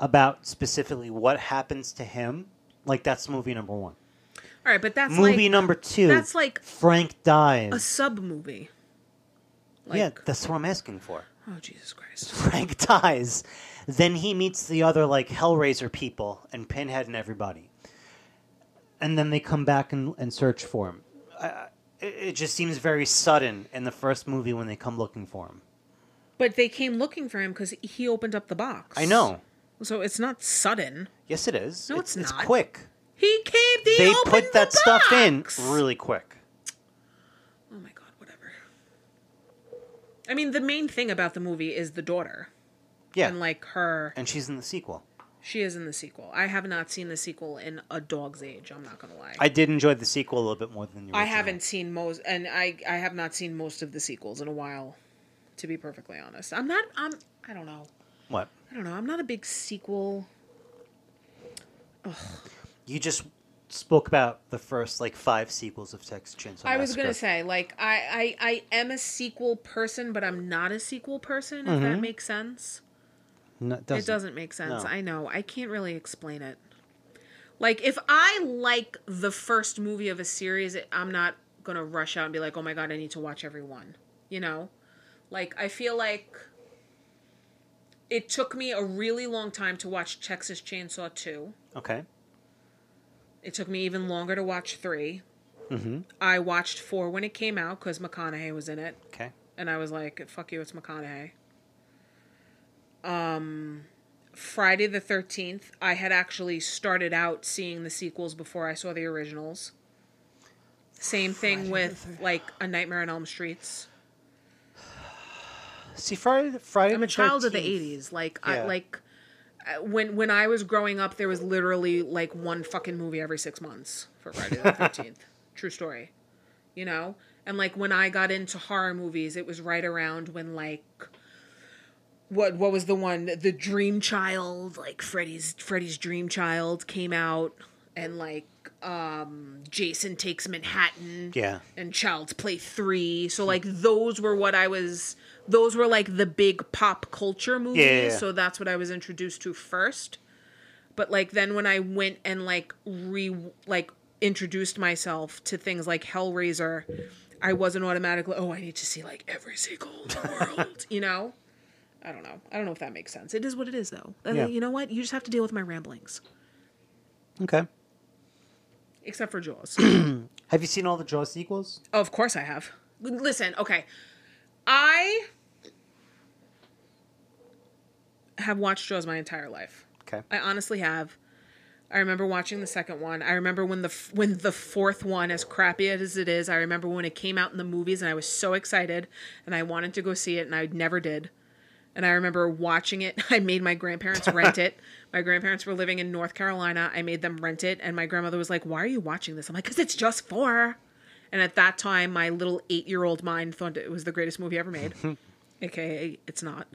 about specifically what happens to him. Like that's movie number one. All right, but that's movie like number two. that's like Frank a dies. sub movie. Like, yeah, that's what I'm asking for. oh Jesus Christ. Frank dies. Then he meets the other like Hellraiser people and Pinhead and everybody. And then they come back and, and search for him. I, I- it, it just seems very sudden in the first movie when they come looking for him. But they came looking for him because he opened up the box. I know. So it's not sudden. Yes, it is. No, it's It's not. quick. He caved. He they opened put the that stuff in box! really quick. Oh my god, whatever. I mean, the main thing about the movie is the daughter Yeah. and like her. and she's in the sequel. She is in the sequel. I have not seen the sequel in a dog's age. I'm not gonna lie. I did enjoy the sequel a little bit more than you. I haven't seen most, and I I have not seen most of the sequels in a while. To be perfectly honest, I'm not. I'm. I don't know. What? I don't know. I'm not a big sequel. You just spoke about the first like five sequels of Texas Chainsaw I was gonna Massacre. say like I I I am a sequel person, but I'm not a sequel person. If that makes sense. No, It doesn't make sense. No. I know. I can't really explain it. Like if I like the first movie of a series, it- I'm not going to rush out and be like, "Oh my god, I need to watch every one." You know? Like I feel like it took me a really long time to watch Texas Chainsaw 2. Okay. It took me even longer to watch 3. Mm-hmm. I watched 4 when it came out cuz McConaughey was in it. Okay. and I was like, "Fuck you, it's McConaughey." Um, Friday the Thirteenth, I had actually started out seeing the sequels before I saw the originals. Same thing with like A Nightmare on Elm Streets. See, Friday, Friday I'm the a child of the 13th. '80s. Like, I Yeah. like I- when when I was growing up, there was literally like one fucking movie every six months for Friday the Thirteenth. True story, you know. And like when I got into horror movies, it was right around when like what what was the one the Dream Child like Freddy's Freddy's Dream Child came out, and like um Jason Takes Manhattan Yeah. and Child's Play 3. So like those were what I was those were like the big pop culture movies, Yeah, yeah, yeah. so that's what I was introduced to first. But like then when I went and like re like introduced myself to things like Hellraiser, I wasn't automatically oh I need to see like every sequel in the world, you know? I don't know. I don't know if that makes sense. It is what it is though. I mean, Yeah. You know what? You just have to deal with my ramblings. Okay. Except for Jaws. Oh, Have you seen all the Jaw sequels? Of course I have. Listen, okay. I have watched Jaws my entire life. Okay. I honestly have. I remember watching the second one. I remember when the f- when the fourth one, as crappy as it is, I remember when it came out in the movies, and I was so excited, and I wanted to go see it, and I never did. And I remember watching it. I made my grandparents rent it. My grandparents were living in North Carolina. I made them rent it, and my grandmother was like, "Why are you watching this?" I'm like, "Cause it's just four. And at that time, my little eight year old mind thought it was the greatest movie ever made. AKA, it's not.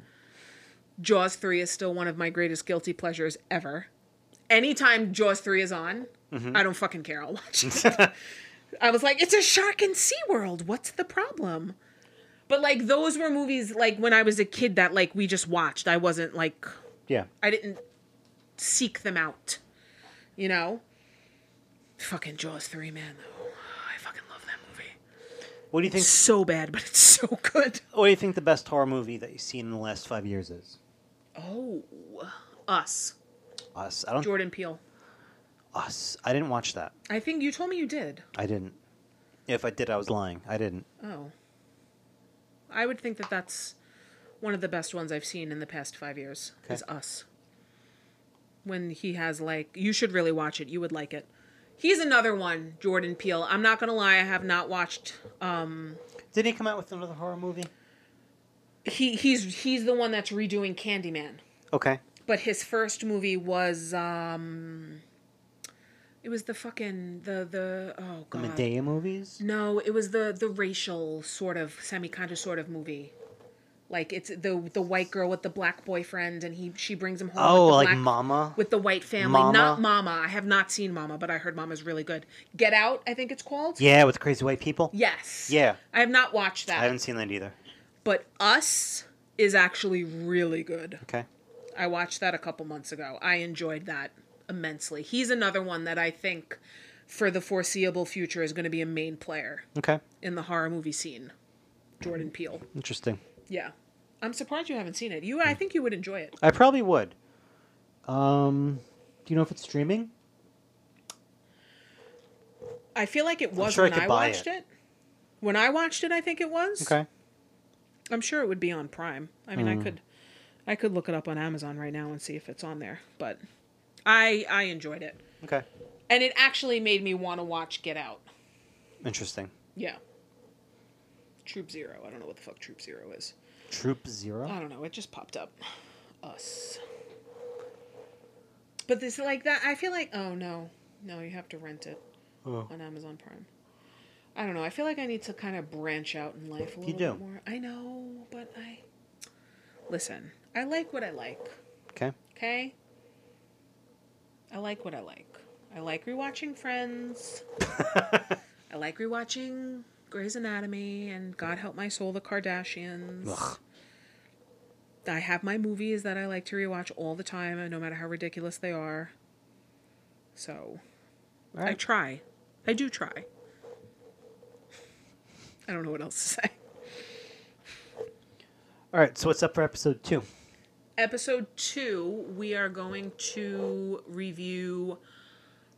Jaws 3 is still one of my greatest guilty pleasures ever. Anytime Jaws 3 is on, I don't fucking care. I'll watch it. I was like, it's a shark in SeaWorld. What's the problem? But like, those were movies like when I was a kid that like we just watched. I wasn't like, Yeah. I didn't seek them out, you know? Fucking Jaws 3, man, though. I fucking love that movie. What do you think? It's so bad, but it's so good. What do you think the best horror movie that you've seen in the last five years is? Oh, Us. Us. I don't. Jordan Peele. Us. I didn't watch that. I think you told me you did. I didn't. If I did, I was lying. I didn't. Oh. I would think that that's one of the best ones I've seen in the past five years. Is Us. When he has like, you should really watch it. You would like it. He's another one, Jordan Peele. I'm not gonna lie, I have not watched. Um, Did he come out with another horror movie? he he's he's the one that's redoing Candyman. Okay. But his first movie was um it was the fucking the the oh The god. Medea movies. No, it was the the racial sort of semi conscious sort of movie. Like it's the the white girl with the black boyfriend and he she brings him home Oh, with the like black, Mama. with the white family. Mama? Not Mama. I have not seen Mama, but I heard Mama's really good. Get Out, I think it's called. yeah, with the crazy white people. Yes. Yeah. I have not watched I that. haven't seen that either. But Us is actually really good. Okay. I watched that a couple months ago. I enjoyed that immensely. He's another one that I think for the foreseeable future is going to be a main player Okay. in the horror movie scene. Jordan Peele. Interesting. Yeah. I'm surprised you haven't seen it. You I think you would enjoy it. I probably would. Um, do you know if it's streaming? I feel like it was sure I when could I, buy watched it. it. When I watched it, I think it was. Okay. Hmm. I'm sure it would be on Prime. I mean, I could I could look it up on Amazon right now and see if it's on there, but I I enjoyed it. Okay. And it actually made me want to watch Get Out. Interesting. Yeah. Troop Zero. I don't know what the fuck Troop Zero is. Troop I Zero. don't know. It just popped up. Us. But this like that, I feel like oh no, no, you have to rent it Oh. on Amazon Prime. I don't know. I feel like I need to kind of branch out in life a You little do. bit more. I know, but I listen. I like what I like. Okay. Okay. I like what I like. I like rewatching Friends. I like rewatching Grey's Anatomy and God Help My Soul, The Kardashians. Ugh. I have my movies that I like to rewatch all the time, and no matter how ridiculous they are. So All I right. try. I do try. I don't know what else to say. All right. So what's up for episode two? episode two, we are going to review.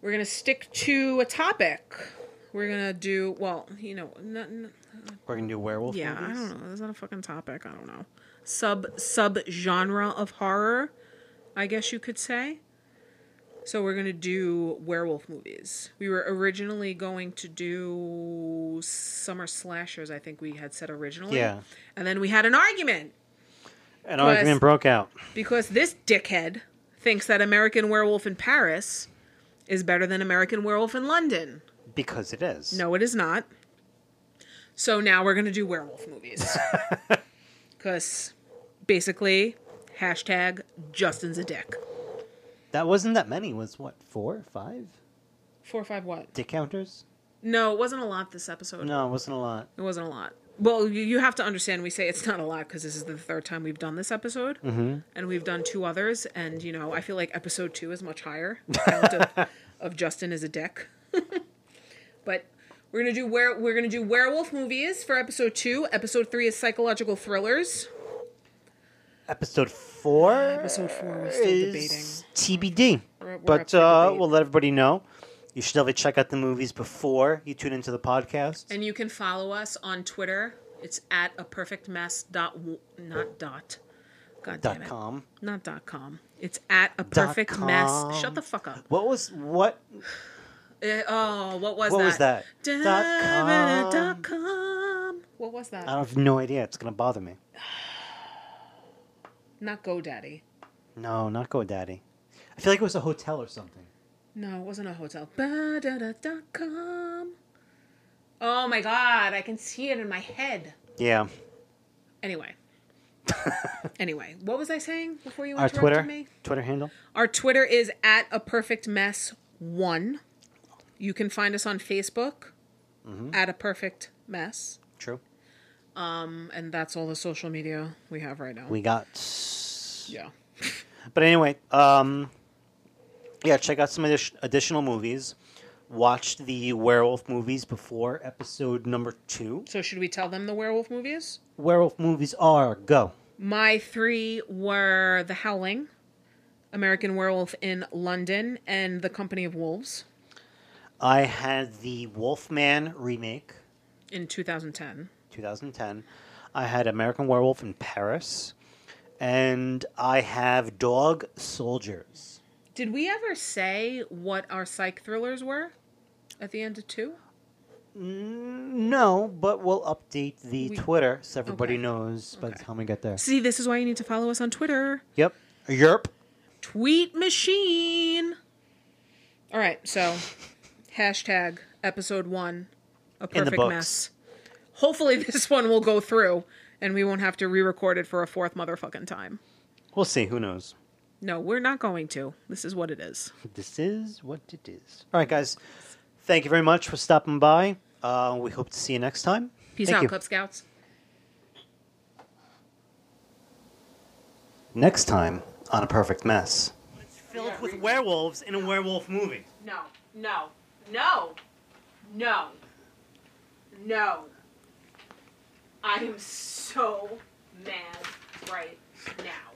We're going to stick to a topic. We're going to do, well, you know, not, n- We're gonna do werewolf yeah, I movies. don't know. Is that a fucking topic? I don't know. Sub sub genre of horror, I guess you could say. So we're gonna do werewolf movies. We were originally going to do summer slashers. I think we had said originally. Yeah. And then we had an argument An argument broke out. because this dickhead thinks that American Werewolf in Paris is better than American Werewolf in London. Because it is. No, it is not. So now we're going to do werewolf movies. Because basically, hashtag Justin's a dick. That wasn't that many. Was what four, five Four or five what? dick counters? No, it wasn't a lot this episode. No, it wasn't a lot. It wasn't a lot. Well, you, you have to understand, we say it's not a lot because this is the third time we've done this episode. Mm-hmm. And we've done two others. And, you know, I feel like episode two is much higher count of, of Justin as a dick. but. We're gonna do where we're gonna do werewolf movies for episode two. Episode three is psychological thrillers. Episode four. Episode four was still debating. is TBD. We're- we're up but for uh, debate. we'll let everybody know. You should definitely check out the movies before you tune into the podcast. And you can follow us on Twitter. It's at a perfect mess dot w- not dot. God damn dot it. com. Not dot com. It's at a perfect com. mess. Shut the fuck up. What was what? Eh, oh, what was What that? was that? Dot Da- com. dot com. What was that? I have no idea. It's gonna bother me. Not GoDaddy. No, not GoDaddy. I feel like it was a hotel or something. No, it wasn't a hotel. Ba- da- da- dot com. Oh my god, I can see it in my head. Yeah. Anyway. anyway, what was I saying before you Our interrupted Twitter me? Twitter handle. Our Twitter is at a perfect mess one. You can find us on Facebook at a perfect mess, True. Um, and that's all the social media we have right now. We got. yeah, But anyway, um, yeah, check out some addi- additional movies. Watch the werewolf movies before episode number two. so should we tell them the werewolf movies? Werewolf movies are go. My three were The Howling, American Werewolf in London, and The Company of Wolves I had the Wolfman remake, in 2010. 2010. I had American Werewolf in Paris, and I have Dog Soldiers. Did we ever say what our psych thrillers were at the end of two? No, but we'll update the We- Twitter so everybody Okay. knows by the time we get there. See, this is why you need to follow us on Twitter. Yep. Yerp. tweet machine. All right, so hashtag episode one, a In the perfect books. mess. Hopefully, this one will go through and we won't have to re record it for a fourth motherfucking time. We'll see. Who knows? No, we're not going to. This is what it is. This is what it is. All right, guys. Thank you very much for stopping by. Uh, we hope to see you next time. Peace Thank out, you. Cub Scouts. Next time on A Perfect Mess. It's filled with werewolves in a werewolf movie. No, no, no, no, no. I am so mad right now.